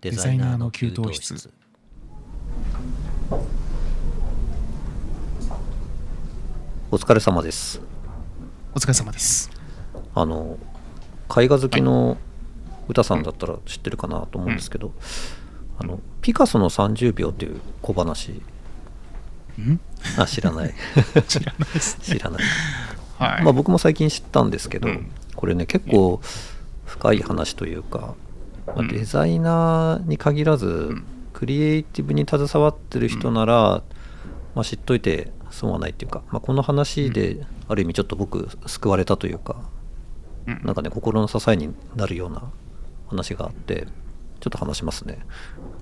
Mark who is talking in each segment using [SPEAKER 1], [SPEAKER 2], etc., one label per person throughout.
[SPEAKER 1] デザイナーの給湯室
[SPEAKER 2] お疲れ様です
[SPEAKER 1] お疲れ様です
[SPEAKER 2] あの絵画好きの歌さんだったら知ってるかなと思うんですけど、あのピカソの30秒という小話
[SPEAKER 1] うん
[SPEAKER 2] あ知らない
[SPEAKER 1] 知らないです
[SPEAKER 2] 知らない、
[SPEAKER 1] はい、
[SPEAKER 2] まあ、僕も最近知ったんですけど、
[SPEAKER 1] うん
[SPEAKER 2] これね結構深い話というか、まあ
[SPEAKER 1] うん
[SPEAKER 2] デザイナーに限らず、
[SPEAKER 1] ん
[SPEAKER 2] クリエイティブに携わってる人なら、まあ、知っといて損はないっていうか、まあ、この話である意味ちょっと僕救われたというか、
[SPEAKER 1] うん
[SPEAKER 2] なんかね心の支えになるような話があってちょっと話しますね。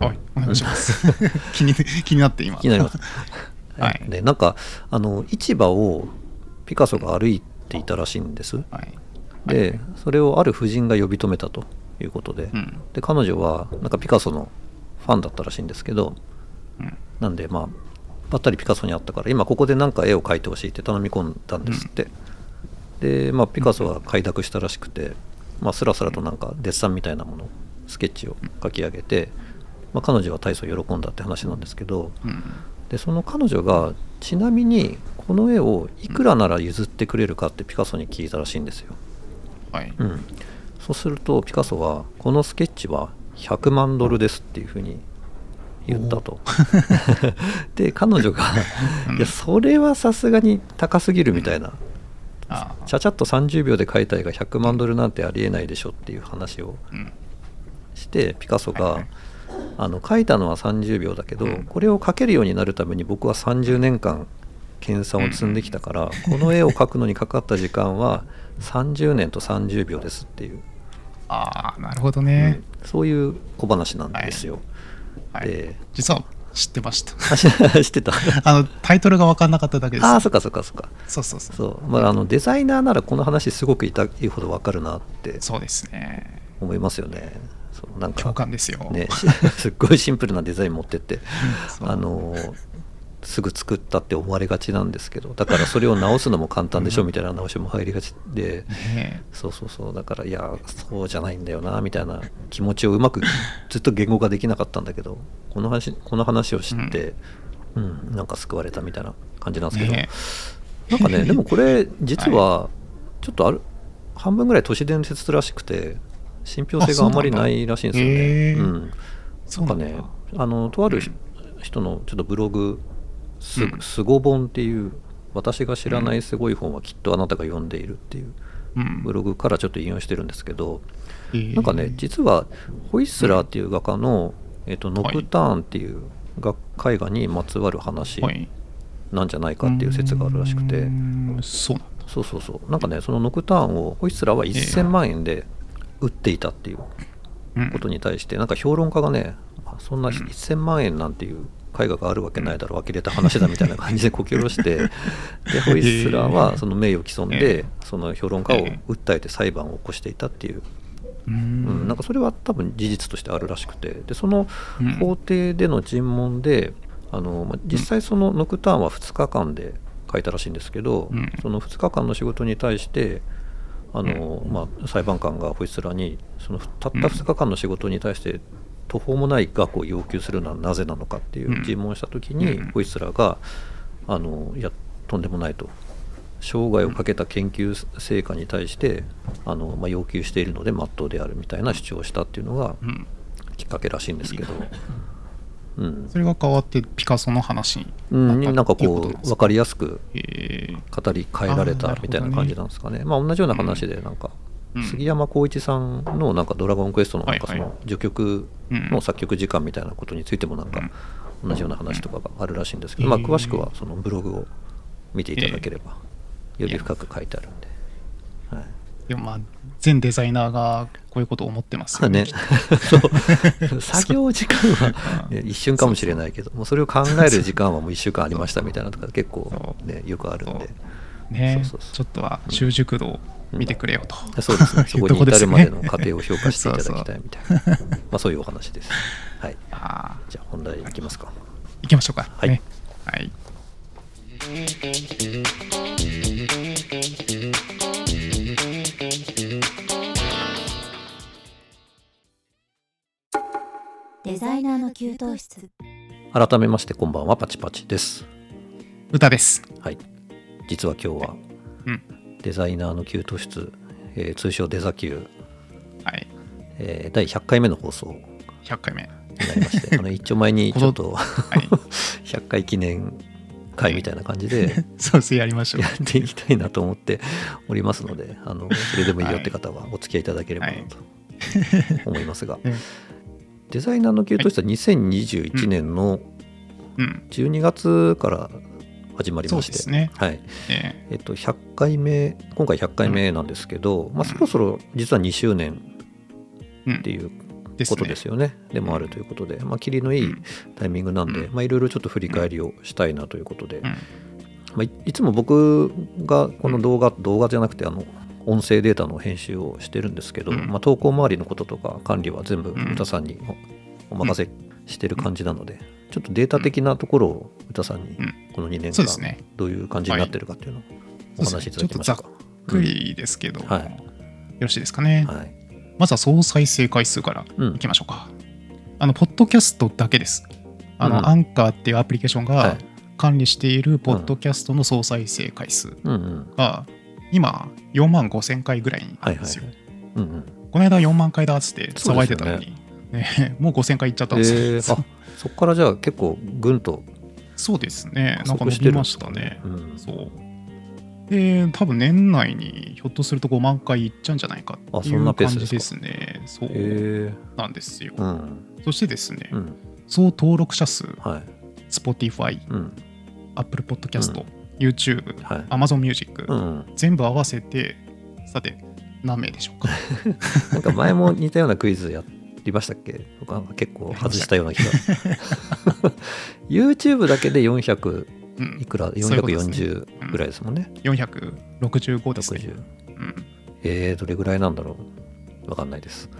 [SPEAKER 1] はいお願いします気に 気になって今。
[SPEAKER 2] 気になります
[SPEAKER 1] はい
[SPEAKER 2] でなんかあの市場をピカソが歩いていたらしいんです。
[SPEAKER 1] はい
[SPEAKER 2] でそれをある夫人が呼び止めたということで,、
[SPEAKER 1] うん
[SPEAKER 2] で彼女はなんかピカソのファンだったらしいんですけど
[SPEAKER 1] うん
[SPEAKER 2] なんでまあばったりピカソに会ったから今ここでなんか絵を描いてほしいって頼み込んだんですって、で、まあ、ピカソは快諾したらしくて、まあ、スラスラとなんかデッサンみたいなものスケッチを描き上げて、まあ、彼女は大層喜んだって話なんですけど
[SPEAKER 1] うん
[SPEAKER 2] でその彼女がちなみにこの絵をいくらなら譲ってくれるかってピカソに聞いたらしいんですよ。
[SPEAKER 1] はい、
[SPEAKER 2] うん、そうするとピカソはこのスケッチは100万ドルですっていうふうに言ったとで彼女が
[SPEAKER 1] うん
[SPEAKER 2] いやそれはさすがに高すぎるみたいな、
[SPEAKER 1] ああ
[SPEAKER 2] ちゃちゃっと30秒で描いた絵が100万ドルなんてありえないでしょっていう話を
[SPEAKER 1] うん
[SPEAKER 2] してピカソが、
[SPEAKER 1] はいはい
[SPEAKER 2] あの描いたのは30秒だけど、
[SPEAKER 1] うん
[SPEAKER 2] これを描けるようになるために僕は30年間研鑽を積んできたから、この絵を描くのにかかった時間は30年と30秒ですっていう。
[SPEAKER 1] ああなるほどね、
[SPEAKER 2] うんそういう小話なんですよ。
[SPEAKER 1] はい
[SPEAKER 2] で
[SPEAKER 1] 実は知ってました
[SPEAKER 2] あ知ら知ってた
[SPEAKER 1] あのタイトルが分かんなかっただけです
[SPEAKER 2] ああそっかそっかそっか
[SPEAKER 1] そうそうそう
[SPEAKER 2] そう、まあ、あのデザイナーならこの話すごく痛いほどわかるなって
[SPEAKER 1] そうですね
[SPEAKER 2] 思いますよね。そうなん
[SPEAKER 1] 共
[SPEAKER 2] か
[SPEAKER 1] 感ですよ、
[SPEAKER 2] ね しすっごいシンプルなデザイン持ってって
[SPEAKER 1] そう
[SPEAKER 2] あのすぐ作ったって思われがちなんですけどだからそれを直すのも簡単でしょみたいな直しも入りがちで。
[SPEAKER 1] ね
[SPEAKER 2] そうそうそうだからいやそうじゃないんだよなみたいな気持ちをう まくずっと言語化できなかったんだけどこの話この話を知って、うんなんか救われたみたいな感じなんですけど、
[SPEAKER 1] ね
[SPEAKER 2] なん かねでもこれ実はちょっとある、半分ぐらい都市伝説らしくて信憑性があんまりないらしいんですよね。
[SPEAKER 1] あそう
[SPEAKER 2] う
[SPEAKER 1] な
[SPEAKER 2] んなんか
[SPEAKER 1] んそうなんだ
[SPEAKER 2] ねあのとあるひ人のちょっとブログ「すすご本」っていう私が知らないすごい本はきっとあなたが読んでいるっていう。
[SPEAKER 1] うん
[SPEAKER 2] ブログからちょっと引用してるんですけど、
[SPEAKER 1] えー
[SPEAKER 2] なんかね、実はホイッスラーっていう画家の、えっと、ノクターンっていうが絵画にまつわる話
[SPEAKER 1] はい
[SPEAKER 2] なんじゃないかっていう説があるらしく
[SPEAKER 1] う
[SPEAKER 2] て、
[SPEAKER 1] ーんそうなんだ
[SPEAKER 2] そうそうそう、なんかね、そのノクターンをホイッスラーは1000万円で売っていたっていう
[SPEAKER 1] うん
[SPEAKER 2] ことに対して、なんか評論家がね、あそんな1000万円なんていう絵画があるわけないだろ、呆れた話だみたいな感じでこき下ろ して、でホイッスラーはその名誉毀損
[SPEAKER 1] え
[SPEAKER 2] で、その評論家を訴えて裁判を起こしていたっていう。
[SPEAKER 1] うー
[SPEAKER 2] うん、
[SPEAKER 1] ん
[SPEAKER 2] なんかそれは多分事実としてあるらしくてでその
[SPEAKER 1] うん
[SPEAKER 2] 法廷での尋問で、あのまあ実際そのノクターンは2日間で書いたらしいんですけど、
[SPEAKER 1] うん
[SPEAKER 2] その2日間の仕事に対してあの、まあ、裁判官がホイスラにそのたった2日間の仕事に対して途方もない額を要求するのはなぜなのかっていう尋問をした時に、
[SPEAKER 1] うん
[SPEAKER 2] ホイスラがあのいやとんでもないと生涯をかけた研究成果に対してあの、まあ、要求しているので真っ当であるみたいな主張をしたっていうのが
[SPEAKER 1] うん
[SPEAKER 2] きっかけらしいんですけど、うん
[SPEAKER 1] それが変わってピカソの話に
[SPEAKER 2] うん、
[SPEAKER 1] な
[SPEAKER 2] な
[SPEAKER 1] っ
[SPEAKER 2] ん
[SPEAKER 1] た
[SPEAKER 2] か
[SPEAKER 1] っていうこと
[SPEAKER 2] こ
[SPEAKER 1] なんで
[SPEAKER 2] う
[SPEAKER 1] す
[SPEAKER 2] 分かりやすく
[SPEAKER 1] えー
[SPEAKER 2] 語り変えられ
[SPEAKER 1] あ
[SPEAKER 2] た
[SPEAKER 1] ー
[SPEAKER 2] みたいな
[SPEAKER 1] なるほどね
[SPEAKER 2] 感じなんですかねまあ、同じような話でなんか、
[SPEAKER 1] うん
[SPEAKER 2] 杉山浩一さんの「なんかドラゴンクエスト」のなんかそ
[SPEAKER 1] はいは
[SPEAKER 2] の序曲
[SPEAKER 1] う
[SPEAKER 2] の
[SPEAKER 1] ん
[SPEAKER 2] 作曲時間みたいなことについてもなん
[SPEAKER 1] う
[SPEAKER 2] か
[SPEAKER 1] ん
[SPEAKER 2] 同じような話とかがあるらしいんですけ
[SPEAKER 1] う
[SPEAKER 2] ど、
[SPEAKER 1] ん
[SPEAKER 2] まあ、詳しくはそのブログを見ていただければより深く書いてあるんで。はい
[SPEAKER 1] でもまあ全デザイナーがこういうことを思ってます
[SPEAKER 2] そう
[SPEAKER 1] よね
[SPEAKER 2] ね、 そう作業時間は、ね、一瞬かもしれないけどもうそれを考える時間はもう1週間ありましたみたいなとか結構、ね、よくあるんで
[SPEAKER 1] ね
[SPEAKER 2] そうそうそう
[SPEAKER 1] ちょっとは習熟度を見てくれよと、
[SPEAKER 2] そう ですね そこに至るまでの過程を評価していただきたいみたいな まあ、そういうお話です、はい、
[SPEAKER 1] ああ
[SPEAKER 2] じゃあ本題いきますか
[SPEAKER 1] 行きましょうか
[SPEAKER 2] はい
[SPEAKER 1] ねはい
[SPEAKER 3] 給湯室
[SPEAKER 2] 改めましてこんばんはパチパチです
[SPEAKER 1] 歌です。
[SPEAKER 2] はい実は今日は
[SPEAKER 1] うん。
[SPEAKER 2] デザイナーの給湯室、えー通称デザ級、
[SPEAKER 1] はい。
[SPEAKER 2] えー第100回目の放送に
[SPEAKER 1] 100回 目。
[SPEAKER 2] なりましてあの一応前にちょっと
[SPEAKER 1] はい。
[SPEAKER 2] 100回記念会みたいな感じで
[SPEAKER 1] そうですね、やりましょう
[SPEAKER 2] や。っていきたいなと思っておりますのであのそれでもいいよって方はお付き合いいただければなと思い ますが、
[SPEAKER 1] うん
[SPEAKER 2] デザイナーの給湯室は2021年の
[SPEAKER 1] うん。
[SPEAKER 2] 12月から始まりまして、
[SPEAKER 1] そうですね
[SPEAKER 2] はい
[SPEAKER 1] え
[SPEAKER 2] えっと、100回目今回100回目なんですけど、まあ、そろそろ実は2周年
[SPEAKER 1] ーう
[SPEAKER 2] って
[SPEAKER 1] ん。
[SPEAKER 2] いう
[SPEAKER 1] です
[SPEAKER 2] こと
[SPEAKER 1] ね
[SPEAKER 2] ですよねでもあるということで、まあ、切りのいいタイミングなんで、
[SPEAKER 1] うん
[SPEAKER 2] まあ、いろいろちょっと振り返りをしたいなということで、
[SPEAKER 1] うん。
[SPEAKER 2] まあ、いいつも僕がこの動画、動画じゃなくてあの音声データの編集をしてるんですけど、
[SPEAKER 1] うん
[SPEAKER 2] まあ、投稿周りのこととか管理は全部
[SPEAKER 1] ん
[SPEAKER 2] 歌さんにおお任せしてる感じなので、ちょっとデータ的なところを歌さんに
[SPEAKER 1] うん
[SPEAKER 2] この2年
[SPEAKER 1] そうですね
[SPEAKER 2] 間どういう感じになってるかっていうのをお
[SPEAKER 1] そう
[SPEAKER 2] 話し
[SPEAKER 1] で
[SPEAKER 2] い
[SPEAKER 1] す
[SPEAKER 2] ただ
[SPEAKER 1] ねちょっ
[SPEAKER 2] き
[SPEAKER 1] と
[SPEAKER 2] まし
[SPEAKER 1] ざ
[SPEAKER 2] ょ
[SPEAKER 1] っ
[SPEAKER 2] うか。
[SPEAKER 1] くりですけど、
[SPEAKER 2] はい
[SPEAKER 1] よろしいですかね。
[SPEAKER 2] はい、
[SPEAKER 1] まずは総再生回数から
[SPEAKER 2] うん
[SPEAKER 1] いきましょうか。あの、ポッドキャストだけです。あの、
[SPEAKER 2] うん
[SPEAKER 1] アンカーっていうアプリケーション
[SPEAKER 2] は
[SPEAKER 1] が
[SPEAKER 2] い
[SPEAKER 1] 管理しているポッドキャストの総再生回数
[SPEAKER 2] うんうん、
[SPEAKER 1] が、今、4万5千回ぐらいな
[SPEAKER 2] はい
[SPEAKER 1] ん
[SPEAKER 2] は
[SPEAKER 1] で
[SPEAKER 2] い
[SPEAKER 1] すよ。。
[SPEAKER 2] うんうん、
[SPEAKER 1] この間4万回だっつって
[SPEAKER 2] そう
[SPEAKER 1] 騒
[SPEAKER 2] で
[SPEAKER 1] い
[SPEAKER 2] すよね
[SPEAKER 1] でたのに、ねもう5000回いっちゃったんですよ、
[SPEAKER 2] えー、あそこからじゃあ結構ぐんと
[SPEAKER 1] そうですね、
[SPEAKER 2] 加
[SPEAKER 1] なんか
[SPEAKER 2] 速
[SPEAKER 1] 伸
[SPEAKER 2] し
[SPEAKER 1] び
[SPEAKER 2] てるん
[SPEAKER 1] ま
[SPEAKER 2] です
[SPEAKER 1] し
[SPEAKER 2] か
[SPEAKER 1] たね。
[SPEAKER 2] うん、
[SPEAKER 1] そうで、多分年内にひょっとすると5万回いっちゃうんじゃないかってい
[SPEAKER 2] あそんな
[SPEAKER 1] う
[SPEAKER 2] ペー
[SPEAKER 1] 感
[SPEAKER 2] スで
[SPEAKER 1] じですすね。そう
[SPEAKER 2] え
[SPEAKER 1] なんですよ。
[SPEAKER 2] ー、うん
[SPEAKER 1] そしてですね、
[SPEAKER 2] うん
[SPEAKER 1] 総登録者数、
[SPEAKER 2] はい
[SPEAKER 1] Spotify、
[SPEAKER 2] うん
[SPEAKER 1] Apple Podcast、YouTube、
[SPEAKER 2] はい
[SPEAKER 1] Amazon Music、
[SPEAKER 2] うんうん、
[SPEAKER 1] 全部合わせて、さて、何名でしょう か。
[SPEAKER 2] なんか前も似たようなクイズやりましたっけ僕は結構外したような気 が YouTube だけで400
[SPEAKER 1] う
[SPEAKER 2] い
[SPEAKER 1] ん、
[SPEAKER 2] くら
[SPEAKER 1] そういうことですね
[SPEAKER 2] 440ぐらいですもんね
[SPEAKER 1] 465ですね。
[SPEAKER 2] 60
[SPEAKER 1] うん
[SPEAKER 2] えー、どれぐらいなんだろうわかんないです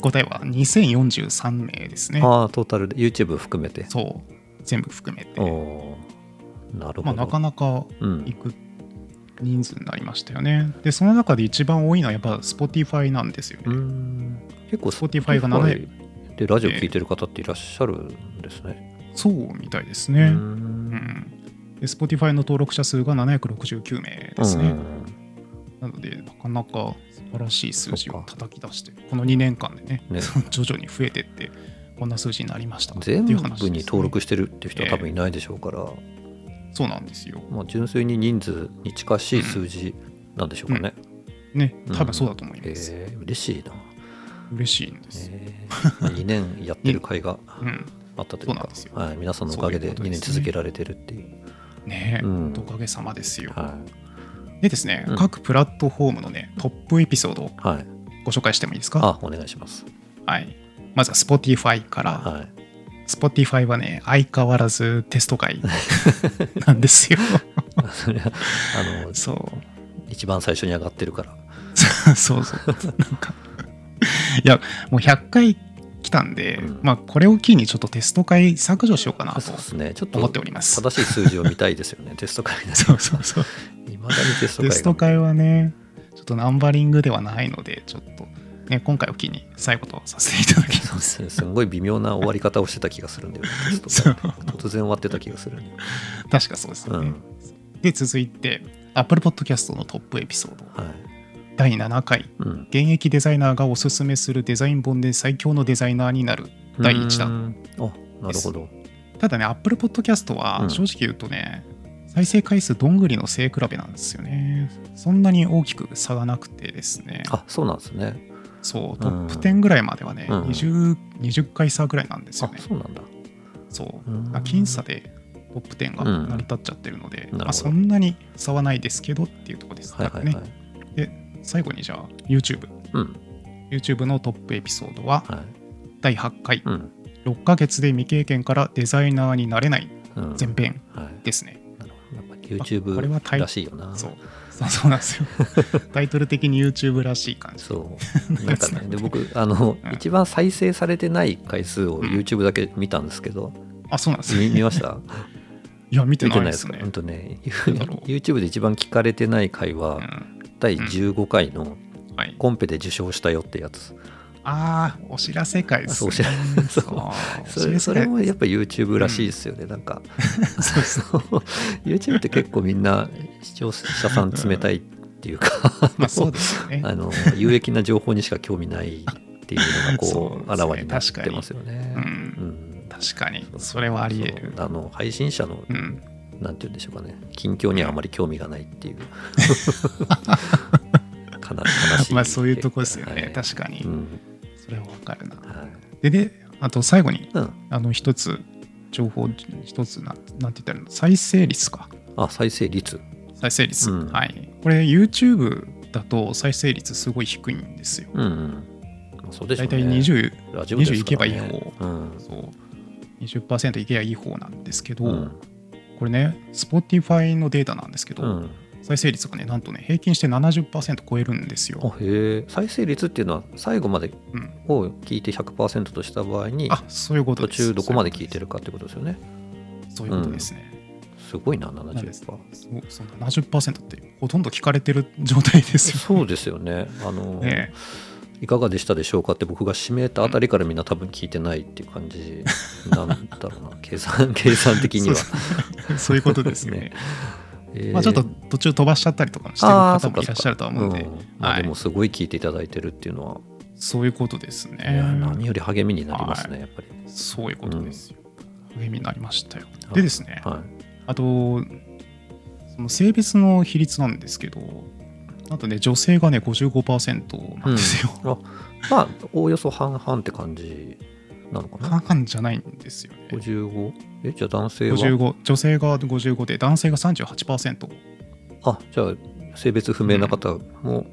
[SPEAKER 1] 答えは2043名ですね。
[SPEAKER 2] ああトータルで YouTube 含めて
[SPEAKER 1] そう、全部含めて。
[SPEAKER 2] おーなるほ
[SPEAKER 1] ま
[SPEAKER 2] ど、
[SPEAKER 1] あ、なかなか
[SPEAKER 2] うん
[SPEAKER 1] いく人数になりましたよね。で、その中で一番多いのはやっぱ Spotify なんですよ
[SPEAKER 2] うー
[SPEAKER 1] ね。
[SPEAKER 2] ん結構
[SPEAKER 1] Spotify が7
[SPEAKER 2] Spotify でラジオ聞いてる方っていらっしゃるんですね。
[SPEAKER 1] そうみたいです
[SPEAKER 2] う
[SPEAKER 1] ね。うんんで、Spotify の登録者数が769名です
[SPEAKER 2] う
[SPEAKER 1] ね。
[SPEAKER 2] ん
[SPEAKER 1] なので、なかなか素晴らしい数字を叩き出して、この2年間でね、
[SPEAKER 2] ね
[SPEAKER 1] 徐々に増えてって、こんな数字になりましたっていう
[SPEAKER 2] 全
[SPEAKER 1] 話
[SPEAKER 2] 部
[SPEAKER 1] ですね、
[SPEAKER 2] に登録してるっていう人は多分いないでしょうから、
[SPEAKER 1] そうなんですよ。
[SPEAKER 2] まあ、純粋に人数に近しい数字なんでしょうかね。
[SPEAKER 1] ね
[SPEAKER 2] う、ん
[SPEAKER 1] 多分そうだと思い
[SPEAKER 2] え
[SPEAKER 1] ます。
[SPEAKER 2] ー嬉しいな。
[SPEAKER 1] 嬉しいんですよ。
[SPEAKER 2] えーまあ、2年やってる甲斐が
[SPEAKER 1] うん
[SPEAKER 2] あったという
[SPEAKER 1] そうなん
[SPEAKER 2] か
[SPEAKER 1] です、よ
[SPEAKER 2] はい、皆さんのおかげで
[SPEAKER 1] そうい
[SPEAKER 2] 2
[SPEAKER 1] うことですね
[SPEAKER 2] 年続けられてるっていう。
[SPEAKER 1] ねえ、
[SPEAKER 2] うん
[SPEAKER 1] おかげさまですよ。
[SPEAKER 2] はい
[SPEAKER 1] でですね、
[SPEAKER 2] うん
[SPEAKER 1] 各プラットフォームのね、トップエピソードを
[SPEAKER 2] はい、
[SPEAKER 1] ご紹介してもいいですか。
[SPEAKER 2] あお願いします。
[SPEAKER 1] はい、まずは Spotify から、
[SPEAKER 2] はい
[SPEAKER 1] Spotify はね、相変わらずテス ト会なんですよ。
[SPEAKER 2] それはあの
[SPEAKER 1] そう、
[SPEAKER 2] 一番最初に上がってるから。
[SPEAKER 1] そうそう。なんか、いや、もう100回来たんで、
[SPEAKER 2] うん
[SPEAKER 1] まあ、これを機にちょっとテスト会削除しようかな
[SPEAKER 2] そ
[SPEAKER 1] と
[SPEAKER 2] うですね。ちょっと
[SPEAKER 1] 思っております。
[SPEAKER 2] 正しい数字を見たいです よね、テスト会だと。
[SPEAKER 1] そうそうそう。
[SPEAKER 2] いまだにテスト会
[SPEAKER 1] テ
[SPEAKER 2] が。
[SPEAKER 1] スト会はね、ちょっとナンバリングではないので、ちょっと、ね、今回を機に最後とさせていただきます。
[SPEAKER 2] すすごい微妙な終わり方をしてた気がするんだよね、テスト会っ て。突然終わってた気がする、ね。
[SPEAKER 1] 確かそうです
[SPEAKER 2] う
[SPEAKER 1] よね。
[SPEAKER 2] ん。
[SPEAKER 1] で、続いて、Apple Podcast のトップエピソード、
[SPEAKER 2] はい。
[SPEAKER 1] 第7回、
[SPEAKER 2] うん。
[SPEAKER 1] 現役デザイナーがおすすめするデザイン本で最強のデザイナーになる、第1弾。
[SPEAKER 2] 弾。あ、なるほど。
[SPEAKER 1] ただね、Apple Podcast
[SPEAKER 2] う
[SPEAKER 1] は
[SPEAKER 2] ん
[SPEAKER 1] 正直言うとね、再生回数どんぐりの背比べなんですよね。そんなに大きく差がなくてですね。
[SPEAKER 2] あ、そうなんですね。
[SPEAKER 1] そう、トップ10ぐらいまではね、
[SPEAKER 2] うん
[SPEAKER 1] 20, 20回差ぐらいなんですよ
[SPEAKER 2] あ、
[SPEAKER 1] ね。
[SPEAKER 2] そうなんだ。
[SPEAKER 1] そう
[SPEAKER 2] うん。
[SPEAKER 1] あ僅差でトップ10が成り立っちゃってるので、
[SPEAKER 2] うんなるほど
[SPEAKER 1] まあ、そんなに差はないですけどっていうところです
[SPEAKER 2] はい
[SPEAKER 1] ね。
[SPEAKER 2] はいはい。
[SPEAKER 1] 最後にじゃあ YouTube。
[SPEAKER 2] うん。
[SPEAKER 1] YouTube のトップエピソードは
[SPEAKER 2] はい。
[SPEAKER 1] 第8回
[SPEAKER 2] うん。
[SPEAKER 1] 6ヶ月で未経験からデザイナーになれない
[SPEAKER 2] うん、
[SPEAKER 1] 前編
[SPEAKER 2] はい。
[SPEAKER 1] ですね。
[SPEAKER 2] なるほど。やっぱり
[SPEAKER 1] あこれ
[SPEAKER 2] YouTube
[SPEAKER 1] は大
[SPEAKER 2] らしいよな。
[SPEAKER 1] そうそうそうな んですよ。タイトル的に YouTube らしい感じ。
[SPEAKER 2] そう。なんかね、で僕、あの、
[SPEAKER 1] うん
[SPEAKER 2] 一番再生されてない回数を
[SPEAKER 1] うん
[SPEAKER 2] YouTube だけ見たんですけど、
[SPEAKER 1] あ、そうなんです
[SPEAKER 2] み見
[SPEAKER 1] ね。
[SPEAKER 2] ま した
[SPEAKER 1] いや、見て
[SPEAKER 2] 見
[SPEAKER 1] な
[SPEAKER 2] てな
[SPEAKER 1] い
[SPEAKER 2] い
[SPEAKER 1] で
[SPEAKER 2] です
[SPEAKER 1] す
[SPEAKER 2] か。
[SPEAKER 1] ね
[SPEAKER 2] ほん。とね、
[SPEAKER 1] うだろう
[SPEAKER 2] YouTube で一番聞かれてない回は、
[SPEAKER 1] うん
[SPEAKER 2] 第
[SPEAKER 1] うん
[SPEAKER 2] 15回の
[SPEAKER 1] はい、
[SPEAKER 2] コンペで受賞したよってやつ。
[SPEAKER 1] ああ、お知らせ会ですね。
[SPEAKER 2] そうお知らせそう
[SPEAKER 1] あ ー
[SPEAKER 2] それそれも
[SPEAKER 1] お知らせ会
[SPEAKER 2] やっぱ YouTube らしいですよね、なんか
[SPEAKER 1] そうそ
[SPEAKER 2] YouTube って結構みんな視聴者さん冷たいっていうか、
[SPEAKER 1] うまあそうですよね。
[SPEAKER 2] あの有益な情報にしか興味ないっていうのがこう
[SPEAKER 1] そうですね
[SPEAKER 2] あらわになってますよね。
[SPEAKER 1] う、
[SPEAKER 2] うんん
[SPEAKER 1] 確かに、それはあり得る
[SPEAKER 2] そ。うあの配信者の
[SPEAKER 1] うん、
[SPEAKER 2] なんて言うんでしょうかね近況にはあまり興味がないっていうかな悲しい
[SPEAKER 1] まあそういうとこですよね、
[SPEAKER 2] はい
[SPEAKER 1] 確かに、
[SPEAKER 2] うん
[SPEAKER 1] それはわかるな。
[SPEAKER 2] はい
[SPEAKER 1] で、で、あと最後に、
[SPEAKER 2] うん、
[SPEAKER 1] あの、一つ、情報、一つな、なんて言ったらいいの、再生率か。
[SPEAKER 2] あ再生率
[SPEAKER 1] 再生率。
[SPEAKER 2] うん
[SPEAKER 1] はい。これ、YouTube だと再生率すごい低いんですよ。
[SPEAKER 2] うん、うんまあ、そうでしょ
[SPEAKER 1] 大
[SPEAKER 2] うね
[SPEAKER 1] 体20、
[SPEAKER 2] ラジオですからね
[SPEAKER 1] 20いけばいい方
[SPEAKER 2] うん
[SPEAKER 1] そう、20%いけばいい方なんですけど、
[SPEAKER 2] うん
[SPEAKER 1] これね、Spotify のデータなんですけど、
[SPEAKER 2] うん、
[SPEAKER 1] 再生率がね、なんとね、平均して70%超えるんですよ。
[SPEAKER 2] あへえ再生率っていうのは最後まで
[SPEAKER 1] うん、
[SPEAKER 2] を聞いて100%とした場合に
[SPEAKER 1] あそういうこと
[SPEAKER 2] 途
[SPEAKER 1] です。
[SPEAKER 2] 中どこまで聞いてるかってことですよね
[SPEAKER 1] そういうことですね。
[SPEAKER 2] すごいな
[SPEAKER 1] なんです
[SPEAKER 2] 70%
[SPEAKER 1] そうその70%ってほとんど聞かれてる状態ですよ。
[SPEAKER 2] そうですよねあの
[SPEAKER 1] ね
[SPEAKER 2] いかがでしたでしょうかって僕が指名たあたりからみんな多分聞いてないっていう感じなんだろうな計 算計算的には
[SPEAKER 1] そ、そういうことですよね。
[SPEAKER 2] ねえー
[SPEAKER 1] まあ、ちょっと途中飛ばしちゃったりとかもしてる
[SPEAKER 2] あー
[SPEAKER 1] 方
[SPEAKER 2] そっ
[SPEAKER 1] も
[SPEAKER 2] か
[SPEAKER 1] いらっしゃるとは思うんで、
[SPEAKER 2] そっかうんまあ
[SPEAKER 1] はい
[SPEAKER 2] でもすごい聞いていただいてるっていうのは、
[SPEAKER 1] そういうことです
[SPEAKER 2] い
[SPEAKER 1] ね
[SPEAKER 2] や。何より励みになりますね、やっぱり
[SPEAKER 1] そういうことですよ。励みになりましたよ
[SPEAKER 2] は。い
[SPEAKER 1] でですね、
[SPEAKER 2] は
[SPEAKER 1] あと、その性別の比率なんですけど、なんとね、女性がね、55%
[SPEAKER 2] い、
[SPEAKER 1] なんですよ。
[SPEAKER 2] うんあまあおおよそ半々って感じなのかな
[SPEAKER 1] 半々じゃないんですよね。
[SPEAKER 2] 55えじゃあ男性は
[SPEAKER 1] 55女性が55で、男性が38%。
[SPEAKER 2] あじゃあ性別不明な方も、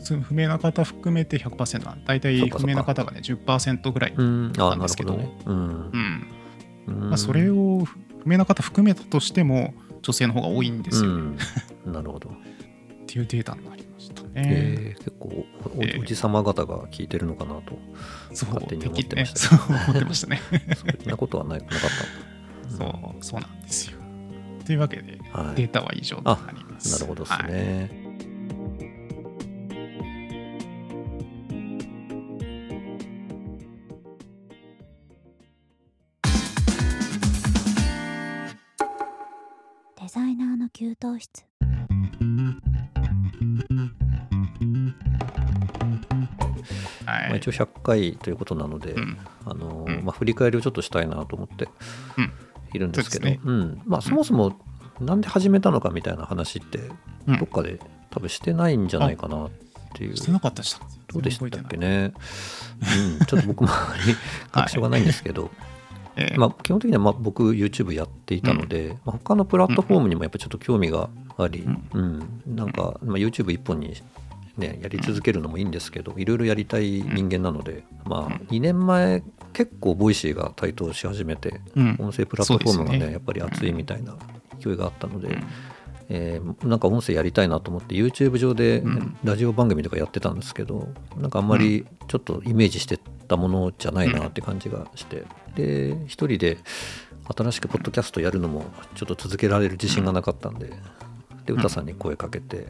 [SPEAKER 1] その不明な方含めて100%なんで大
[SPEAKER 2] そ
[SPEAKER 1] 体
[SPEAKER 2] うかそう
[SPEAKER 1] 不
[SPEAKER 2] か
[SPEAKER 1] 明な方がね、10%ぐらい。
[SPEAKER 2] う、
[SPEAKER 1] うん
[SPEAKER 2] あ
[SPEAKER 1] なん
[SPEAKER 2] な
[SPEAKER 1] で
[SPEAKER 2] る
[SPEAKER 1] す
[SPEAKER 2] ほ
[SPEAKER 1] けど
[SPEAKER 2] どね。うん
[SPEAKER 1] ん。
[SPEAKER 2] うん
[SPEAKER 1] まあ、それを不明な方含めたとしても、女性の方が多いんですよ、ね
[SPEAKER 2] うん、なるほど。
[SPEAKER 1] っていうデータになりましたね。
[SPEAKER 2] えー結構おお,、
[SPEAKER 1] えー
[SPEAKER 2] じさま方が聞いてるのかな と、
[SPEAKER 1] そう、
[SPEAKER 2] 勝手に思ってました
[SPEAKER 1] てっきりねそう思ってましたね。
[SPEAKER 2] そんなことはないなかった。
[SPEAKER 1] そ
[SPEAKER 2] ん
[SPEAKER 1] う、そうなんですよ。というわけで、
[SPEAKER 2] はい
[SPEAKER 1] データは以上となります。
[SPEAKER 2] なるほどです
[SPEAKER 1] はい
[SPEAKER 2] ね。
[SPEAKER 3] デザイナーの給湯室
[SPEAKER 1] はい
[SPEAKER 2] まあ、一応100回ということなので、
[SPEAKER 1] うん
[SPEAKER 2] あの
[SPEAKER 1] うん
[SPEAKER 2] まあ、振り返りをちょっとしたいなと思って
[SPEAKER 1] うん
[SPEAKER 2] いるんですけど、
[SPEAKER 1] そううです
[SPEAKER 2] んまあ、そもそもなんで始めたのかみたいな話って、
[SPEAKER 1] うん
[SPEAKER 2] どっかで多分してないんじゃないかなっていう。
[SPEAKER 1] してなかったでした。
[SPEAKER 2] どうでしたっけ
[SPEAKER 1] 全然覚
[SPEAKER 2] ね、うん、ちょっと僕もあまり確証がないんですけ ど、
[SPEAKER 1] えてない。えー
[SPEAKER 2] まあ、基本的にはまあ僕 YouTube やっていたので、まあ他のプラットフォームにもやっぱちょっと興味があり、
[SPEAKER 1] うん
[SPEAKER 2] うんなんか、まあ、YouTube 一本に、ね、やり続けるのもいいんですけどいろいろやりたい人間なので、まあ、2年前結構ボイシーが台頭し始めて
[SPEAKER 1] うん
[SPEAKER 2] 音声プラットフォームが
[SPEAKER 1] そう
[SPEAKER 2] ね
[SPEAKER 1] ですね
[SPEAKER 2] やっぱり熱いみたいな勢いがあったので。
[SPEAKER 1] うん
[SPEAKER 2] えーなんか音声やりたいなと思って YouTube 上で
[SPEAKER 1] うん
[SPEAKER 2] ラジオ番組とかやってたんですけど、なんかあんまりちょっとイメージしてたものじゃないなって感じがして、で一人で新しくポッドキャストやるのもちょっと続けられる自信がなかったんで、で歌さんに声かけて、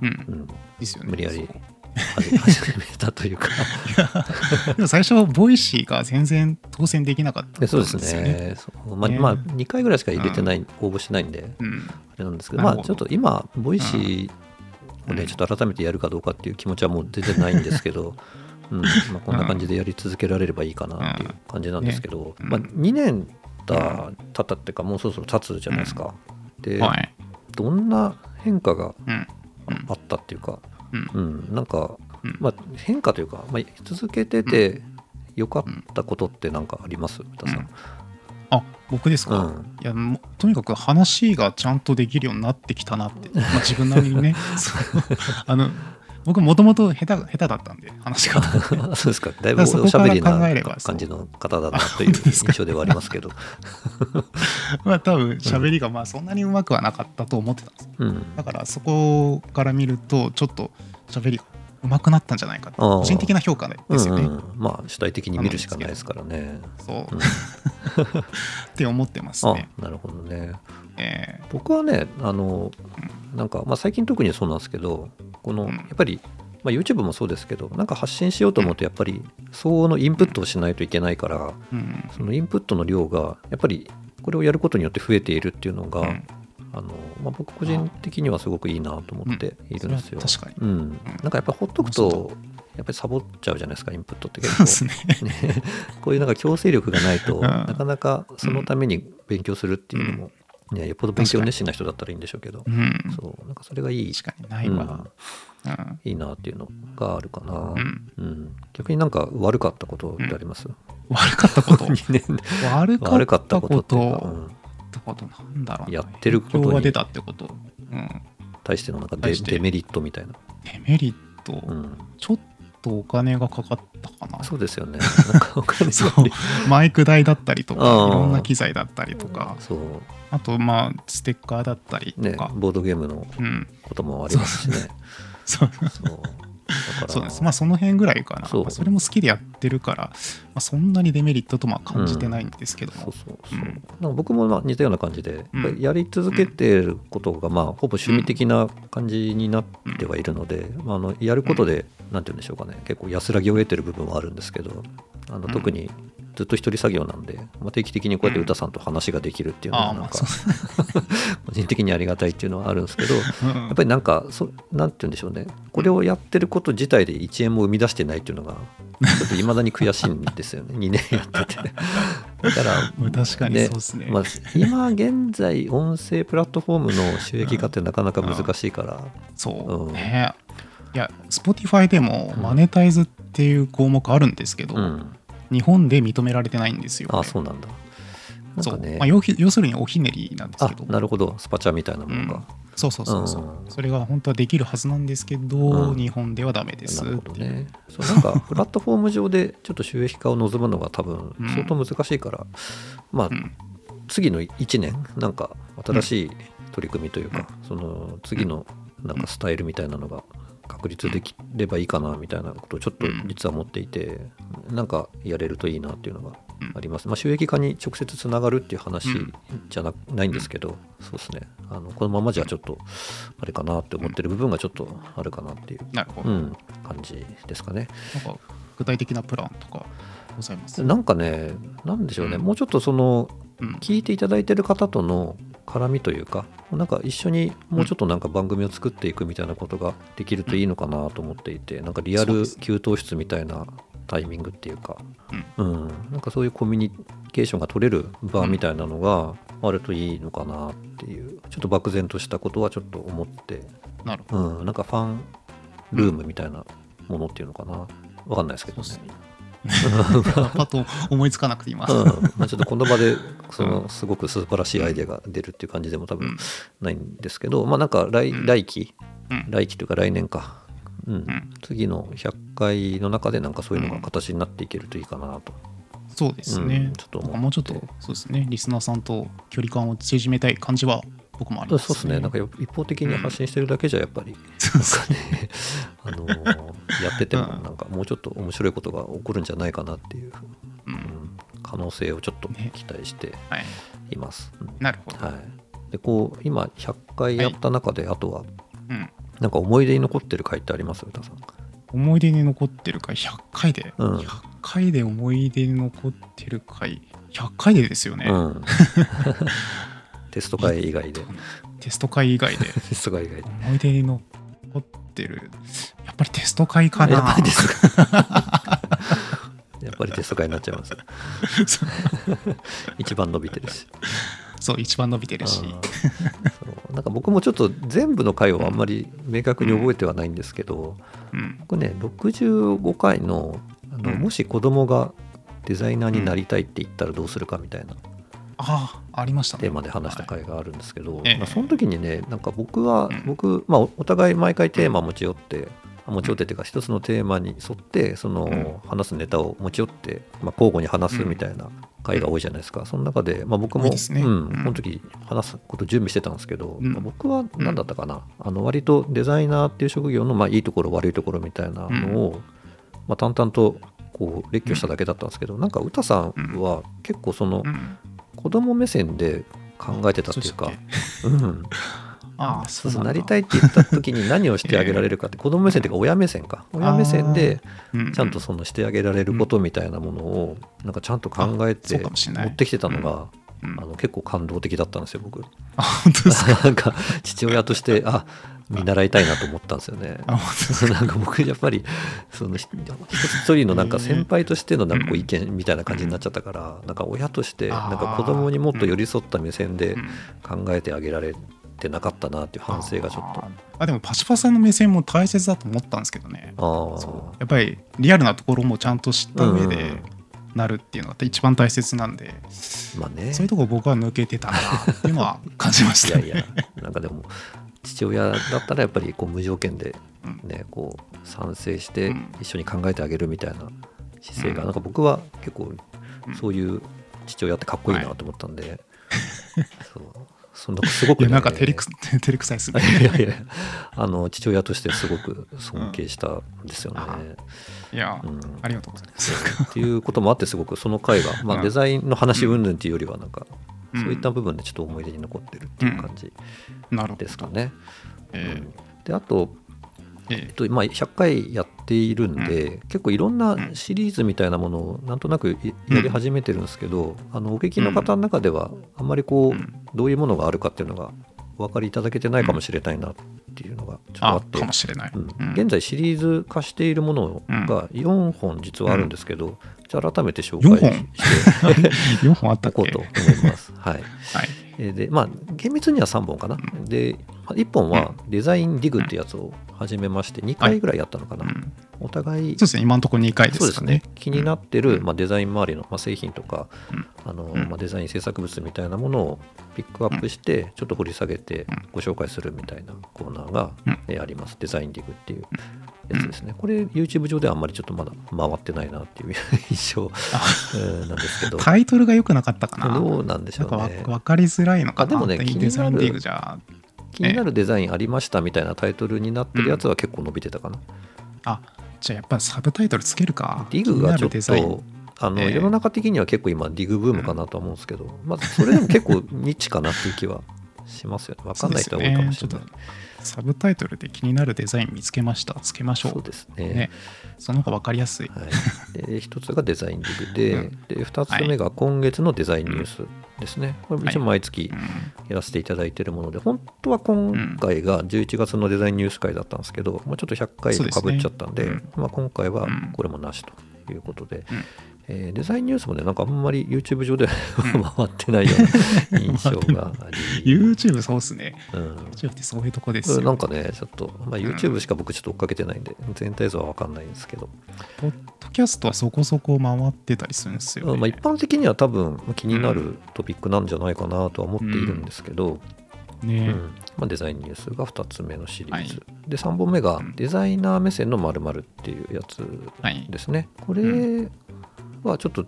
[SPEAKER 1] うん
[SPEAKER 2] う
[SPEAKER 1] い
[SPEAKER 2] ん、
[SPEAKER 1] いですよね。
[SPEAKER 2] 無理やり
[SPEAKER 1] そう
[SPEAKER 2] 始始めたというか
[SPEAKER 1] でも最初、ボイシーが全然当選できなかったん
[SPEAKER 2] で
[SPEAKER 1] で
[SPEAKER 2] そうです
[SPEAKER 1] すよね。
[SPEAKER 2] ねそうまあ
[SPEAKER 1] ね
[SPEAKER 2] まあ、2回ぐらいしか入れてない、応募してないんで
[SPEAKER 1] うん
[SPEAKER 2] あれなんですけど
[SPEAKER 1] な
[SPEAKER 2] ま
[SPEAKER 1] る
[SPEAKER 2] あ
[SPEAKER 1] ほ
[SPEAKER 2] ち
[SPEAKER 1] ど
[SPEAKER 2] ょっと今ボイシーを
[SPEAKER 1] う
[SPEAKER 2] ね
[SPEAKER 1] ん
[SPEAKER 2] ちょっと改めてやるかどうかっていう気持ちはもう全然ないんですけ ど、うんまあ、こんな感じでやり続けられればいいかなっていう感じなんですけど、
[SPEAKER 1] うん
[SPEAKER 2] まあ、
[SPEAKER 1] うん
[SPEAKER 2] 2年た経ったっていうかもうそろそろ経つじゃないですか、で、
[SPEAKER 1] はい。
[SPEAKER 2] どんな変化が
[SPEAKER 1] うん。
[SPEAKER 2] あったっていうか、
[SPEAKER 1] うん
[SPEAKER 2] うん、なんか、
[SPEAKER 1] うん
[SPEAKER 2] まあ、変化というか、まあ、続けてて良かったことって何かあります歌 さん、
[SPEAKER 1] あ僕ですか、
[SPEAKER 2] うん
[SPEAKER 1] いやもうとにかく話がちゃんとできるようになってきたなって、まあ、自分なりにね そうあの僕もともと下手下手だったんで話し方
[SPEAKER 2] そうですか、だいぶ
[SPEAKER 1] だから
[SPEAKER 2] おしゃべり
[SPEAKER 1] そこから考えれ
[SPEAKER 2] な
[SPEAKER 1] ば
[SPEAKER 2] 感じの方だなという印象ではありますけど、
[SPEAKER 1] まあ多分喋りがまあそんなにうまくはなかったと思ってたんです
[SPEAKER 2] うん、
[SPEAKER 1] だからそこから見るとちょっと喋りがうまくなったんじゃないかって
[SPEAKER 2] あー
[SPEAKER 1] 個人的な評価でですよね、
[SPEAKER 2] うんうんまあ主体的に見るしかないですからね。
[SPEAKER 1] そう、
[SPEAKER 2] うん
[SPEAKER 1] って思ってます
[SPEAKER 2] あ
[SPEAKER 1] ね、
[SPEAKER 2] なるほどね。
[SPEAKER 1] え
[SPEAKER 2] 僕はねあのなんか、まあ、最近特にそうなんですけどこの
[SPEAKER 1] う
[SPEAKER 2] や
[SPEAKER 1] ん
[SPEAKER 2] っぱり、まあ、YouTube もそうですけどなんか発信しようと思うとやっぱり相応のインプットをしないといけないから
[SPEAKER 1] うん
[SPEAKER 2] そのインプットの量がやっぱりこれをやることによって増えているっていうのが、
[SPEAKER 1] うん
[SPEAKER 2] あのまあ、僕個人的にはすごくいいなと思っているんですよ。
[SPEAKER 1] 確かに。
[SPEAKER 2] うんなんかやっぱほっとくとやっぱりサボっちゃうじゃないですかインプットって結
[SPEAKER 1] そう
[SPEAKER 2] 構
[SPEAKER 1] で。すね。
[SPEAKER 2] ねこういうなんか強制力がないと、
[SPEAKER 1] うん
[SPEAKER 2] なかなかそのために勉強するっていうのも、ね、よっぽど勉強熱心な人だったらいいんでしょうけど
[SPEAKER 1] う、ん。
[SPEAKER 2] そうなんかそれがいい、
[SPEAKER 1] 確かにないわ。うん。
[SPEAKER 2] いいなっていうのがあるかな、
[SPEAKER 1] うん
[SPEAKER 2] うん逆になんか悪かったことってあります、。
[SPEAKER 1] 悪かったこと
[SPEAKER 2] 二年で
[SPEAKER 1] 悪か
[SPEAKER 2] 悪か
[SPEAKER 1] っ
[SPEAKER 2] った
[SPEAKER 1] た
[SPEAKER 2] こ
[SPEAKER 1] ことと
[SPEAKER 2] っていうか、うん
[SPEAKER 1] ってことなんだろうな
[SPEAKER 2] やってることに
[SPEAKER 1] 影響が出たってこと。うん。
[SPEAKER 2] 対してのなんかデ
[SPEAKER 1] 対して
[SPEAKER 2] デメリットみたいな、
[SPEAKER 1] デメリット
[SPEAKER 2] う。ん、
[SPEAKER 1] ちょっとお金がかかったかな。
[SPEAKER 2] そうですよねなんかお金
[SPEAKER 1] そう
[SPEAKER 2] がね
[SPEAKER 1] マイク代だったりとか、
[SPEAKER 2] あー
[SPEAKER 1] いろんな機材だったりとか、
[SPEAKER 2] そう
[SPEAKER 1] あと、まあ、ステッカーだったりと
[SPEAKER 2] ね
[SPEAKER 1] か。
[SPEAKER 2] ボードゲームの
[SPEAKER 1] うん。
[SPEAKER 2] こともありますしね
[SPEAKER 1] そう。
[SPEAKER 2] そうだから
[SPEAKER 1] そうなんです。まあ、その辺ぐらいかな。
[SPEAKER 2] そう
[SPEAKER 1] まあそれも好きでやってるから、まあ、そんなにデメリットとまあ感じてないんですけど
[SPEAKER 2] そう
[SPEAKER 1] も。
[SPEAKER 2] そうそう、
[SPEAKER 1] うん
[SPEAKER 2] なんか僕もまあ似たような感じで、
[SPEAKER 1] うん
[SPEAKER 2] やっぱりやり続けてることがまあほぼ趣味的な感じになってはいるので、まあ、あのやることでなんて言うんでしょうかね結構安らぎを得てる部分はあるんですけどあの
[SPEAKER 1] うん
[SPEAKER 2] 特にずっと一人作業なんで、まあ、定期的にこうやって歌さんと話ができるっていうの
[SPEAKER 1] あ
[SPEAKER 2] は
[SPEAKER 1] あ、
[SPEAKER 2] な
[SPEAKER 1] ま
[SPEAKER 2] ん
[SPEAKER 1] あ、
[SPEAKER 2] か
[SPEAKER 1] そ
[SPEAKER 2] 個人的にありがたいっていうのはあるんですけどや
[SPEAKER 1] う。や
[SPEAKER 2] っぱりなんかそなんて言うんでしょうねこれをやってること自体で1円も生み出してないっていうのがちょっといまだに悔しいんですよね2年やってて。だから
[SPEAKER 1] まあ確かにそうですね。
[SPEAKER 2] まあ、今現在音声プラットフォームの収益化ってなかなか難しいから、
[SPEAKER 1] そう、
[SPEAKER 2] うん
[SPEAKER 1] ね。いや、Spotify でも
[SPEAKER 2] うん
[SPEAKER 1] マネタイズっていう項目あるんですけど、
[SPEAKER 2] うん
[SPEAKER 1] 日本で認められてないんですよ、
[SPEAKER 2] あそうなんだなん
[SPEAKER 1] そ
[SPEAKER 2] か
[SPEAKER 1] う
[SPEAKER 2] ね
[SPEAKER 1] まあ要ひ要するにおひねりなんです
[SPEAKER 2] あ
[SPEAKER 1] けど、
[SPEAKER 2] なるほどスパチャみたいなも
[SPEAKER 1] う
[SPEAKER 2] の
[SPEAKER 1] ん
[SPEAKER 2] が、、
[SPEAKER 1] そうそうそうそう、
[SPEAKER 2] うん
[SPEAKER 1] それが本当はできるはずなんですけど、
[SPEAKER 2] うん
[SPEAKER 1] 日本ではダメです
[SPEAKER 2] なるほどねそうなんかプラットフォーム上でちょっと収益化を望むのが多分
[SPEAKER 1] うん
[SPEAKER 2] 相当難しいから、まあ、
[SPEAKER 1] うん
[SPEAKER 2] 次の1年なんか新しい取り組みというか、その次のなんかスタイルみたいなのが確立できればいいかなみたいなことをちょっと実は思っていて、なんかやれるといいなっていうのがあります、まあ、収益化に直接つながるっていう話じゃなないんですけどそうですねあのこのままじゃちょっとあれかなって思ってる部分がちょっとあるかなっていう、
[SPEAKER 1] なるほ
[SPEAKER 2] う
[SPEAKER 1] ど、
[SPEAKER 2] ん、感じですかね。
[SPEAKER 1] なんか具体的なプランとかございます
[SPEAKER 2] なんかねなんでしょうねもうちょっとその
[SPEAKER 1] うん
[SPEAKER 2] 聞いていただいてる方との絡みというかなんか一緒にもうちょっとなんか番組を作っていくみたいなことができるといいのかなと思っていてなんかリア
[SPEAKER 1] そう
[SPEAKER 2] ル
[SPEAKER 1] です
[SPEAKER 2] 給湯室みたいなタイミングっていうか、
[SPEAKER 1] う
[SPEAKER 2] うんなんかそういうコミュニケーションが取れる場みたいなのがあるといいのかなっていうちょっと漠然としたことはちょっと思って、
[SPEAKER 1] なる ほ
[SPEAKER 2] うん、なんかファンルームみたいなものっていうのかなわかんないですけどね
[SPEAKER 1] そう。どパッと思いつかなくて今、
[SPEAKER 2] うん まあ、ちょっとこの場でそうのすごく素晴らしいアイデアが出るっていう感じでも多
[SPEAKER 1] う
[SPEAKER 2] 分
[SPEAKER 1] ん
[SPEAKER 2] ないんですけど、まあなんか来
[SPEAKER 1] うん
[SPEAKER 2] 来期、
[SPEAKER 1] うん
[SPEAKER 2] 来期というか来年か、うん
[SPEAKER 1] ん
[SPEAKER 2] 次の100回の中でなんかそういうのが形になっていけるといいかなと、
[SPEAKER 1] そうですね
[SPEAKER 2] うん、ちょっと思って
[SPEAKER 1] なんかもうちょっとそうですねリスナーさんと距離感を縮めたい感じは僕もあります、
[SPEAKER 2] そうですねなん かよ一方的に発信してるだけじゃやっぱり、
[SPEAKER 1] そうですね
[SPEAKER 2] あのー やってても
[SPEAKER 1] うん
[SPEAKER 2] なんかもうちょっと面白いことが起こるんじゃないかなっていう、
[SPEAKER 1] う
[SPEAKER 2] うんん可能性をちょっと
[SPEAKER 1] ね
[SPEAKER 2] 期待して
[SPEAKER 1] はい
[SPEAKER 2] います。うん
[SPEAKER 1] なるほど、
[SPEAKER 2] はい、でこう今100回やった中で、あとは
[SPEAKER 1] うん
[SPEAKER 2] なんか思い出に残ってる回ってあります歌さん。
[SPEAKER 1] 思い出に残ってる回100回で、
[SPEAKER 2] うん
[SPEAKER 1] 100回で思い出に残ってる回100回でですよね、
[SPEAKER 2] うん、テスト会以外で。
[SPEAKER 1] テスト会 以外で
[SPEAKER 2] テスト会以外で。
[SPEAKER 1] 思い出に残ってるやっぱりテスト会か
[SPEAKER 2] やっぱ
[SPEAKER 1] な
[SPEAKER 2] りテスト会。 やっぱりテスト会になっちゃいます。
[SPEAKER 1] そう
[SPEAKER 2] 一番伸びてるし。
[SPEAKER 1] そう一番伸びてるし
[SPEAKER 2] あーそうなんか僕もちょっと全部の回をあんまり明確に覚えてはないんですけど、
[SPEAKER 1] うん
[SPEAKER 2] 僕ね65回のあの、
[SPEAKER 1] うん
[SPEAKER 2] もし子供がデザイナーになりたいって言ったらどうするかみたいな
[SPEAKER 1] ああありました
[SPEAKER 2] テ
[SPEAKER 1] ね
[SPEAKER 2] ーマで話した回があるんですけど、
[SPEAKER 1] ええ
[SPEAKER 2] まあ、その時にねなんか僕は、
[SPEAKER 1] うん
[SPEAKER 2] 僕、まあ、おお互い毎回テーマ持ち寄ってあ持ち寄ってっていうか一つのテーマに沿ってその話すネタを持ち寄って、まあ、交互に話すみたいな回が多いじゃないですか、その中で、まあ、僕も
[SPEAKER 1] 多いですね
[SPEAKER 2] う
[SPEAKER 1] うんん、
[SPEAKER 2] この時話すこと準備してたんですけど、
[SPEAKER 1] うん
[SPEAKER 2] まあ、僕は何だったかな、あの割とデザイナーっていう職業の、まあ、いいところ悪いところみたいなのを、まあ、淡々とこう列挙しただけだったんですけど、なんか歌さんは結構その、
[SPEAKER 1] うん
[SPEAKER 2] 子供目線で考えてたっていうか
[SPEAKER 1] そうで
[SPEAKER 2] うん、
[SPEAKER 1] ああ、そ
[SPEAKER 2] そううそう
[SPEAKER 1] な
[SPEAKER 2] なん
[SPEAKER 1] だ
[SPEAKER 2] りたいって言った時に何をしてあげられるかって子供目線っていうか親目線か親目線で
[SPEAKER 1] うん
[SPEAKER 2] ちゃんとそのしてあげられることみたいなものをなんかちゃんと考え
[SPEAKER 1] あそ
[SPEAKER 2] て
[SPEAKER 1] うかもしれない
[SPEAKER 2] 持ってきてたのが
[SPEAKER 1] うんうん
[SPEAKER 2] あの結構感動的だったんですよ僕
[SPEAKER 1] あ、 本当ですか。
[SPEAKER 2] なんか父親と してあ見習いたいなと思ったんですよね
[SPEAKER 1] あ、本当です か。
[SPEAKER 2] なんか僕やっぱりそのひ一人のなんか先輩としてのなんかこう意見みたいな感じになっちゃったからなんか親としてなんか子供にもっと寄り添った目線で
[SPEAKER 1] うん
[SPEAKER 2] 考えてあげられてなかったなっていう反省がちょっと
[SPEAKER 1] あーあでもパシパさんの目線も大切だと思ったんですけどね
[SPEAKER 2] ああ
[SPEAKER 1] そうやっぱりリアルなところもちゃんと知った上
[SPEAKER 2] うんうんう
[SPEAKER 1] で
[SPEAKER 2] ん
[SPEAKER 1] なるっていうのが一番大切なんで、
[SPEAKER 2] まあね
[SPEAKER 1] そういうとこ僕は抜けてたなっていうのは感じまし
[SPEAKER 2] い
[SPEAKER 1] た
[SPEAKER 2] や
[SPEAKER 1] ね
[SPEAKER 2] いやなんかでも父親だったらやっぱりこう無条件で
[SPEAKER 1] うん
[SPEAKER 2] ねこう賛成して
[SPEAKER 1] うん
[SPEAKER 2] 一緒に考えてあげるみたいな姿勢が
[SPEAKER 1] うん
[SPEAKER 2] なんか僕は結構
[SPEAKER 1] うん
[SPEAKER 2] そういう父親ってかっこいいなと思ったんで、そうそんなすごく
[SPEAKER 1] い
[SPEAKER 2] ね、
[SPEAKER 1] やなんか照れくす 照れくさいですね
[SPEAKER 2] いやいやあの父親としてすごく尊敬したんですよね。
[SPEAKER 1] いや、
[SPEAKER 2] うん
[SPEAKER 1] ありがとうございます
[SPEAKER 2] っていうこともあってすごくその回 が、ま
[SPEAKER 1] う
[SPEAKER 2] あ、
[SPEAKER 1] ん
[SPEAKER 2] デザインの話云々っていうよりはなんか、
[SPEAKER 1] うん
[SPEAKER 2] そういった部分でちょっと思い出に残ってるっていう感じ
[SPEAKER 1] なるほど
[SPEAKER 2] ですかね。
[SPEAKER 1] え
[SPEAKER 2] うんであと、
[SPEAKER 1] え
[SPEAKER 2] えっ
[SPEAKER 1] え
[SPEAKER 2] とまあ、100回やっているんで、結構いろんなシリーズみたいなものをなんとなくいやり始めてるんですけど、あのお聞きの方の中ではあんまりこう、
[SPEAKER 1] うん
[SPEAKER 2] どういうものがあるかっていうのがお分かりいただけてないかもしれないなっていうのがちょっとあ
[SPEAKER 1] あ
[SPEAKER 2] って
[SPEAKER 1] かもしれない、
[SPEAKER 2] うん
[SPEAKER 1] うん
[SPEAKER 2] 現在シリーズ化しているものが4本実はあるんですけど、じゃあ改めて紹
[SPEAKER 1] 4
[SPEAKER 2] 介
[SPEAKER 1] 本
[SPEAKER 2] して
[SPEAKER 1] 4本あった
[SPEAKER 2] お
[SPEAKER 1] っけ
[SPEAKER 2] こうと思い ます。はい
[SPEAKER 1] はい
[SPEAKER 2] えーでまあ厳密には3本かな、でまあ1本はデザインディグってやつを始めまして2回ぐらいやったのかな、
[SPEAKER 1] うん
[SPEAKER 2] お互い
[SPEAKER 1] そうですね今のところ2回で
[SPEAKER 2] そう
[SPEAKER 1] す
[SPEAKER 2] です
[SPEAKER 1] かね
[SPEAKER 2] ね気になってる、まあ、デザイン周りの、まあ、製品とか、
[SPEAKER 1] うん
[SPEAKER 2] あの
[SPEAKER 1] うん
[SPEAKER 2] まあ、デザイン制作物みたいなものをピックアップして、ちょっと掘り下げて
[SPEAKER 1] ん
[SPEAKER 2] ご紹介するみたいなコーナーが、
[SPEAKER 1] うん
[SPEAKER 2] えーありますデザインディグっていうやつですねこれ YouTube 上ではあんまりちょっとまだ回ってないな っていう印象えーなんですけど
[SPEAKER 1] タイトルが良くなかったか な
[SPEAKER 2] どうなんでし
[SPEAKER 1] な
[SPEAKER 2] ょ
[SPEAKER 1] ん
[SPEAKER 2] う
[SPEAKER 1] かわ
[SPEAKER 2] ね
[SPEAKER 1] 分かりづらいのか
[SPEAKER 2] あ
[SPEAKER 1] な
[SPEAKER 2] でもね気になる
[SPEAKER 1] デザインリーグじゃ
[SPEAKER 2] 気になるデザインありましたみたいなタイトルになってるやつは結構伸びてたかな、
[SPEAKER 1] あじゃあやっぱりサブタイトルつけるか
[SPEAKER 2] ディグがちょっ
[SPEAKER 1] 気になるデザイン
[SPEAKER 2] とあの、
[SPEAKER 1] ええ
[SPEAKER 2] 世の中的には結構今ディグブームかなとは思うんですけど、まあ、それでも結構ニッチかなっていう気はしますよね分かんない人は多いかもしれない
[SPEAKER 1] そうですよねちょっとサブタイトルで気になるデザイン見つけましたつけましょ
[SPEAKER 2] そう
[SPEAKER 1] う
[SPEAKER 2] ですね
[SPEAKER 1] ねその方が分かりやすい、
[SPEAKER 2] はい、で1つがデザインディグで,、
[SPEAKER 1] うん
[SPEAKER 2] で2つ目が今月のデザインニュースですね、これも一応毎月
[SPEAKER 1] うん
[SPEAKER 2] やらせていただいてるもので本当は今回が11月のデザインニュース会だったんですけど、まあ、ちょっと100回
[SPEAKER 1] そうです
[SPEAKER 2] か
[SPEAKER 1] ね
[SPEAKER 2] ぶっちゃったんで
[SPEAKER 1] うん
[SPEAKER 2] まあ、今回は
[SPEAKER 1] うん
[SPEAKER 2] これもなしということで、
[SPEAKER 1] うん
[SPEAKER 2] えーデザインニュースもねなんかあんまり YouTube 上で 回ってないような印象があ り、
[SPEAKER 1] YouTube そうっすね
[SPEAKER 2] うん
[SPEAKER 1] YouTube ってそういうとこです
[SPEAKER 2] う
[SPEAKER 1] よ
[SPEAKER 2] んなんかねちょっと、まあ、YouTube しか僕ちょっと追っかけてないんで全体像は分かんないんですけど、
[SPEAKER 1] ポッドキャストはそこそこ回ってたりするんですよ、ね
[SPEAKER 2] うんまあ、一般的には多分まあ気になるトピックなんじゃないかなとは思っているんですけど、
[SPEAKER 1] ね、
[SPEAKER 2] うんまあ、デザインニュースが2つ目のシリーズ、
[SPEAKER 1] は
[SPEAKER 2] で3本目が
[SPEAKER 1] うん
[SPEAKER 2] デザイナー目線の〇〇っていうやつ
[SPEAKER 1] はい
[SPEAKER 2] ですね、これはちょっと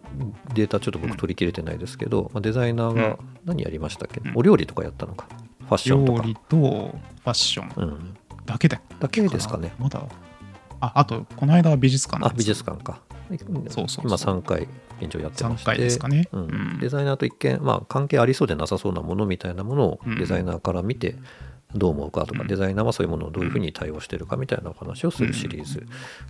[SPEAKER 2] データちょっと僕取り切れてないですけど、まあ、デザイナー
[SPEAKER 1] うん
[SPEAKER 2] が何やりましたっけ、
[SPEAKER 1] うん
[SPEAKER 2] お料理とかやったのかファッションと
[SPEAKER 1] 料
[SPEAKER 2] か、
[SPEAKER 1] 理とファッション
[SPEAKER 2] うん、
[SPEAKER 1] だけだ
[SPEAKER 2] だけですかね
[SPEAKER 1] まだああとこの間は美術館
[SPEAKER 2] あ美術
[SPEAKER 1] 館
[SPEAKER 2] 館か
[SPEAKER 1] そうそう
[SPEAKER 2] 今3回現状やってまして
[SPEAKER 1] 3回ですかね
[SPEAKER 2] うん
[SPEAKER 1] うん
[SPEAKER 2] デザイナーと一見、まあ、関係ありそうでなさそうなものみたいなものを
[SPEAKER 1] うん
[SPEAKER 2] デザイナーから見てどう思うかとか、
[SPEAKER 1] うん
[SPEAKER 2] デザイナーはそういうものをどういうふうに対応してるかみたいなお話をするシリーズ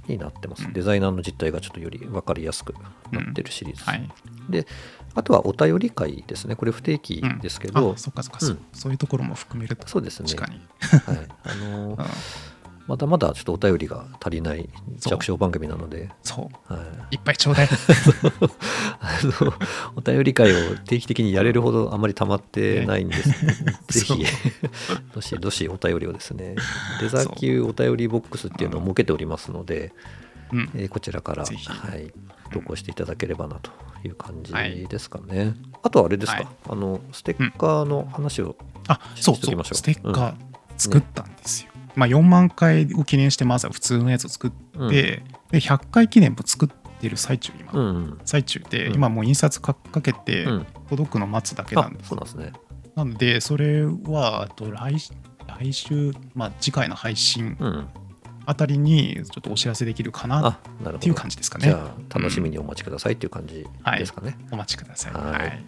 [SPEAKER 2] になってます、デザイナーの実態がちょっとより分かりやすくなってるシリーズ、
[SPEAKER 1] はい
[SPEAKER 2] であとはお便り会ですねこれ不定期
[SPEAKER 1] うん
[SPEAKER 2] ですけど、
[SPEAKER 1] あそっかそっか、そ
[SPEAKER 2] うん
[SPEAKER 1] そういうところも含めると
[SPEAKER 2] そうですね
[SPEAKER 1] 確かに、
[SPEAKER 2] はい、 あの
[SPEAKER 1] う
[SPEAKER 2] ー
[SPEAKER 1] ん
[SPEAKER 2] まだまだちょっとお便りが足りない
[SPEAKER 1] そう
[SPEAKER 2] 弱小番組なので、
[SPEAKER 1] そう
[SPEAKER 2] はい、
[SPEAKER 1] いっぱいちょ うだい
[SPEAKER 2] あのお便り会を定期的にやれるほどあまり溜まってないんです、ぜ
[SPEAKER 1] そう
[SPEAKER 2] ひどしどしお便りをですねデザ級お便りボックスっていうのを設けておりますので、
[SPEAKER 1] うん
[SPEAKER 2] えーこちらから、
[SPEAKER 1] ぜひ
[SPEAKER 2] はい、投稿していただければなという感じ
[SPEAKER 1] はい
[SPEAKER 2] ですかね、あとはあれですか、
[SPEAKER 1] はい
[SPEAKER 2] あのステッカーの話を、
[SPEAKER 1] あそう
[SPEAKER 2] しと
[SPEAKER 1] そ
[SPEAKER 2] きま
[SPEAKER 1] う
[SPEAKER 2] しょう
[SPEAKER 1] ステッカー作ったんですよ、まあ4万回を記念してまずは普通のやつを作って、
[SPEAKER 2] うん
[SPEAKER 1] で100回記念も作ってる最中今、
[SPEAKER 2] うんうん
[SPEAKER 1] 最中で、
[SPEAKER 2] うん
[SPEAKER 1] 今もう印刷かかけて
[SPEAKER 2] うん
[SPEAKER 1] 届くの待つだけな
[SPEAKER 2] あ
[SPEAKER 1] んです、
[SPEAKER 2] そうなんですね
[SPEAKER 1] なのでそれはあと来来週、まあ、次回の配信
[SPEAKER 2] うん
[SPEAKER 1] あたりにちょっとお知らせできるかな
[SPEAKER 2] あ
[SPEAKER 1] っ
[SPEAKER 2] なるほ
[SPEAKER 1] ていう
[SPEAKER 2] ど
[SPEAKER 1] 感じですか
[SPEAKER 2] じ
[SPEAKER 1] ね
[SPEAKER 2] ゃあ楽しみにお待ちくださいっていう感じ
[SPEAKER 1] はい
[SPEAKER 2] ですかね、
[SPEAKER 1] お待ちください、
[SPEAKER 2] はい
[SPEAKER 1] はい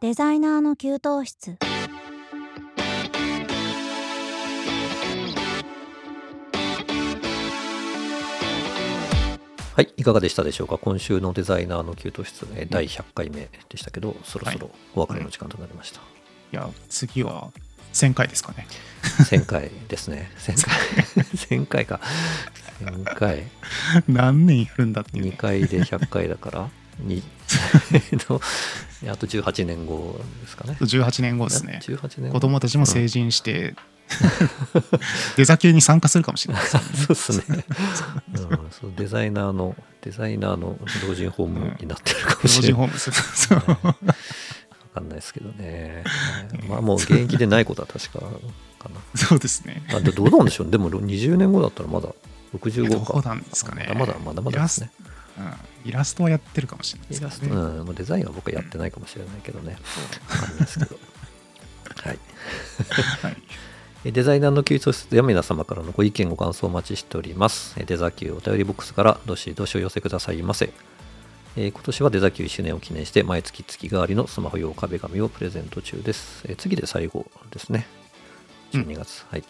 [SPEAKER 3] デザイナーの給湯室
[SPEAKER 2] はい、いかがでしたでしょうか今週のデザイナーの給湯室、えー第100回目でしたけど、そろそろお別れの時間となりました。
[SPEAKER 1] いや、次は1000回ですかね。
[SPEAKER 2] 1000回ですね。1000回。1000回か。1000回。
[SPEAKER 1] 何年やるんだっていう、
[SPEAKER 2] 2
[SPEAKER 1] ね。
[SPEAKER 2] 回で100回だから、にえっとあと18年後ですかね。
[SPEAKER 1] 18年後ですね。
[SPEAKER 2] 18年後
[SPEAKER 1] 子供たちも成人して、 デザ級に参加するかもしれないですよね。
[SPEAKER 2] そうです ね。うん、そうデザイナーのデザイナーの老人ホームになってるかも
[SPEAKER 1] 老
[SPEAKER 2] しれ
[SPEAKER 1] 人
[SPEAKER 2] ない。
[SPEAKER 1] ホームする。そう
[SPEAKER 2] わかんないですけどね。まあもう現役でないことは確かかな。
[SPEAKER 1] そうですね。
[SPEAKER 2] あでどうなんでしょうね。でも20年後だったらまだ
[SPEAKER 1] ど
[SPEAKER 2] 65か。
[SPEAKER 1] こなんですかね。
[SPEAKER 2] まだまだまだま
[SPEAKER 1] イ
[SPEAKER 2] だ
[SPEAKER 1] ラ
[SPEAKER 2] で
[SPEAKER 1] ス
[SPEAKER 2] す
[SPEAKER 1] ト
[SPEAKER 2] ね。、
[SPEAKER 1] うん。イラストはやってるかもしれないで
[SPEAKER 2] イ
[SPEAKER 1] すけ
[SPEAKER 2] ラ
[SPEAKER 1] ど
[SPEAKER 2] ス
[SPEAKER 1] ね
[SPEAKER 2] ト、うん、もうデザインは僕はやってないかもしれないけどね。わかんないですけど。はい。
[SPEAKER 1] はい。
[SPEAKER 2] えデザイナーの給与室では皆様からのご意見ご感想をお待ちしておりますえデザ級お便りボックスからどしどしお寄せくださいませえー今年はデザ級1周年を記念して毎月月替わりのスマホ用壁紙をプレゼント中ですえ次で最後ですね
[SPEAKER 1] うん
[SPEAKER 2] 12月、はい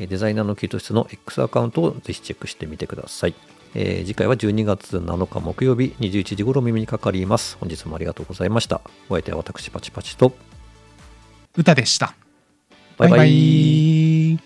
[SPEAKER 2] えデザイナーの給与室の X アカウントをぜひチェックしてみてくださいえー次回は12月7日木曜日21時頃お耳にかかります本日もありがとうございましたお相手は私パチパチと
[SPEAKER 1] 歌でした。
[SPEAKER 2] バイバイ
[SPEAKER 1] バイバイ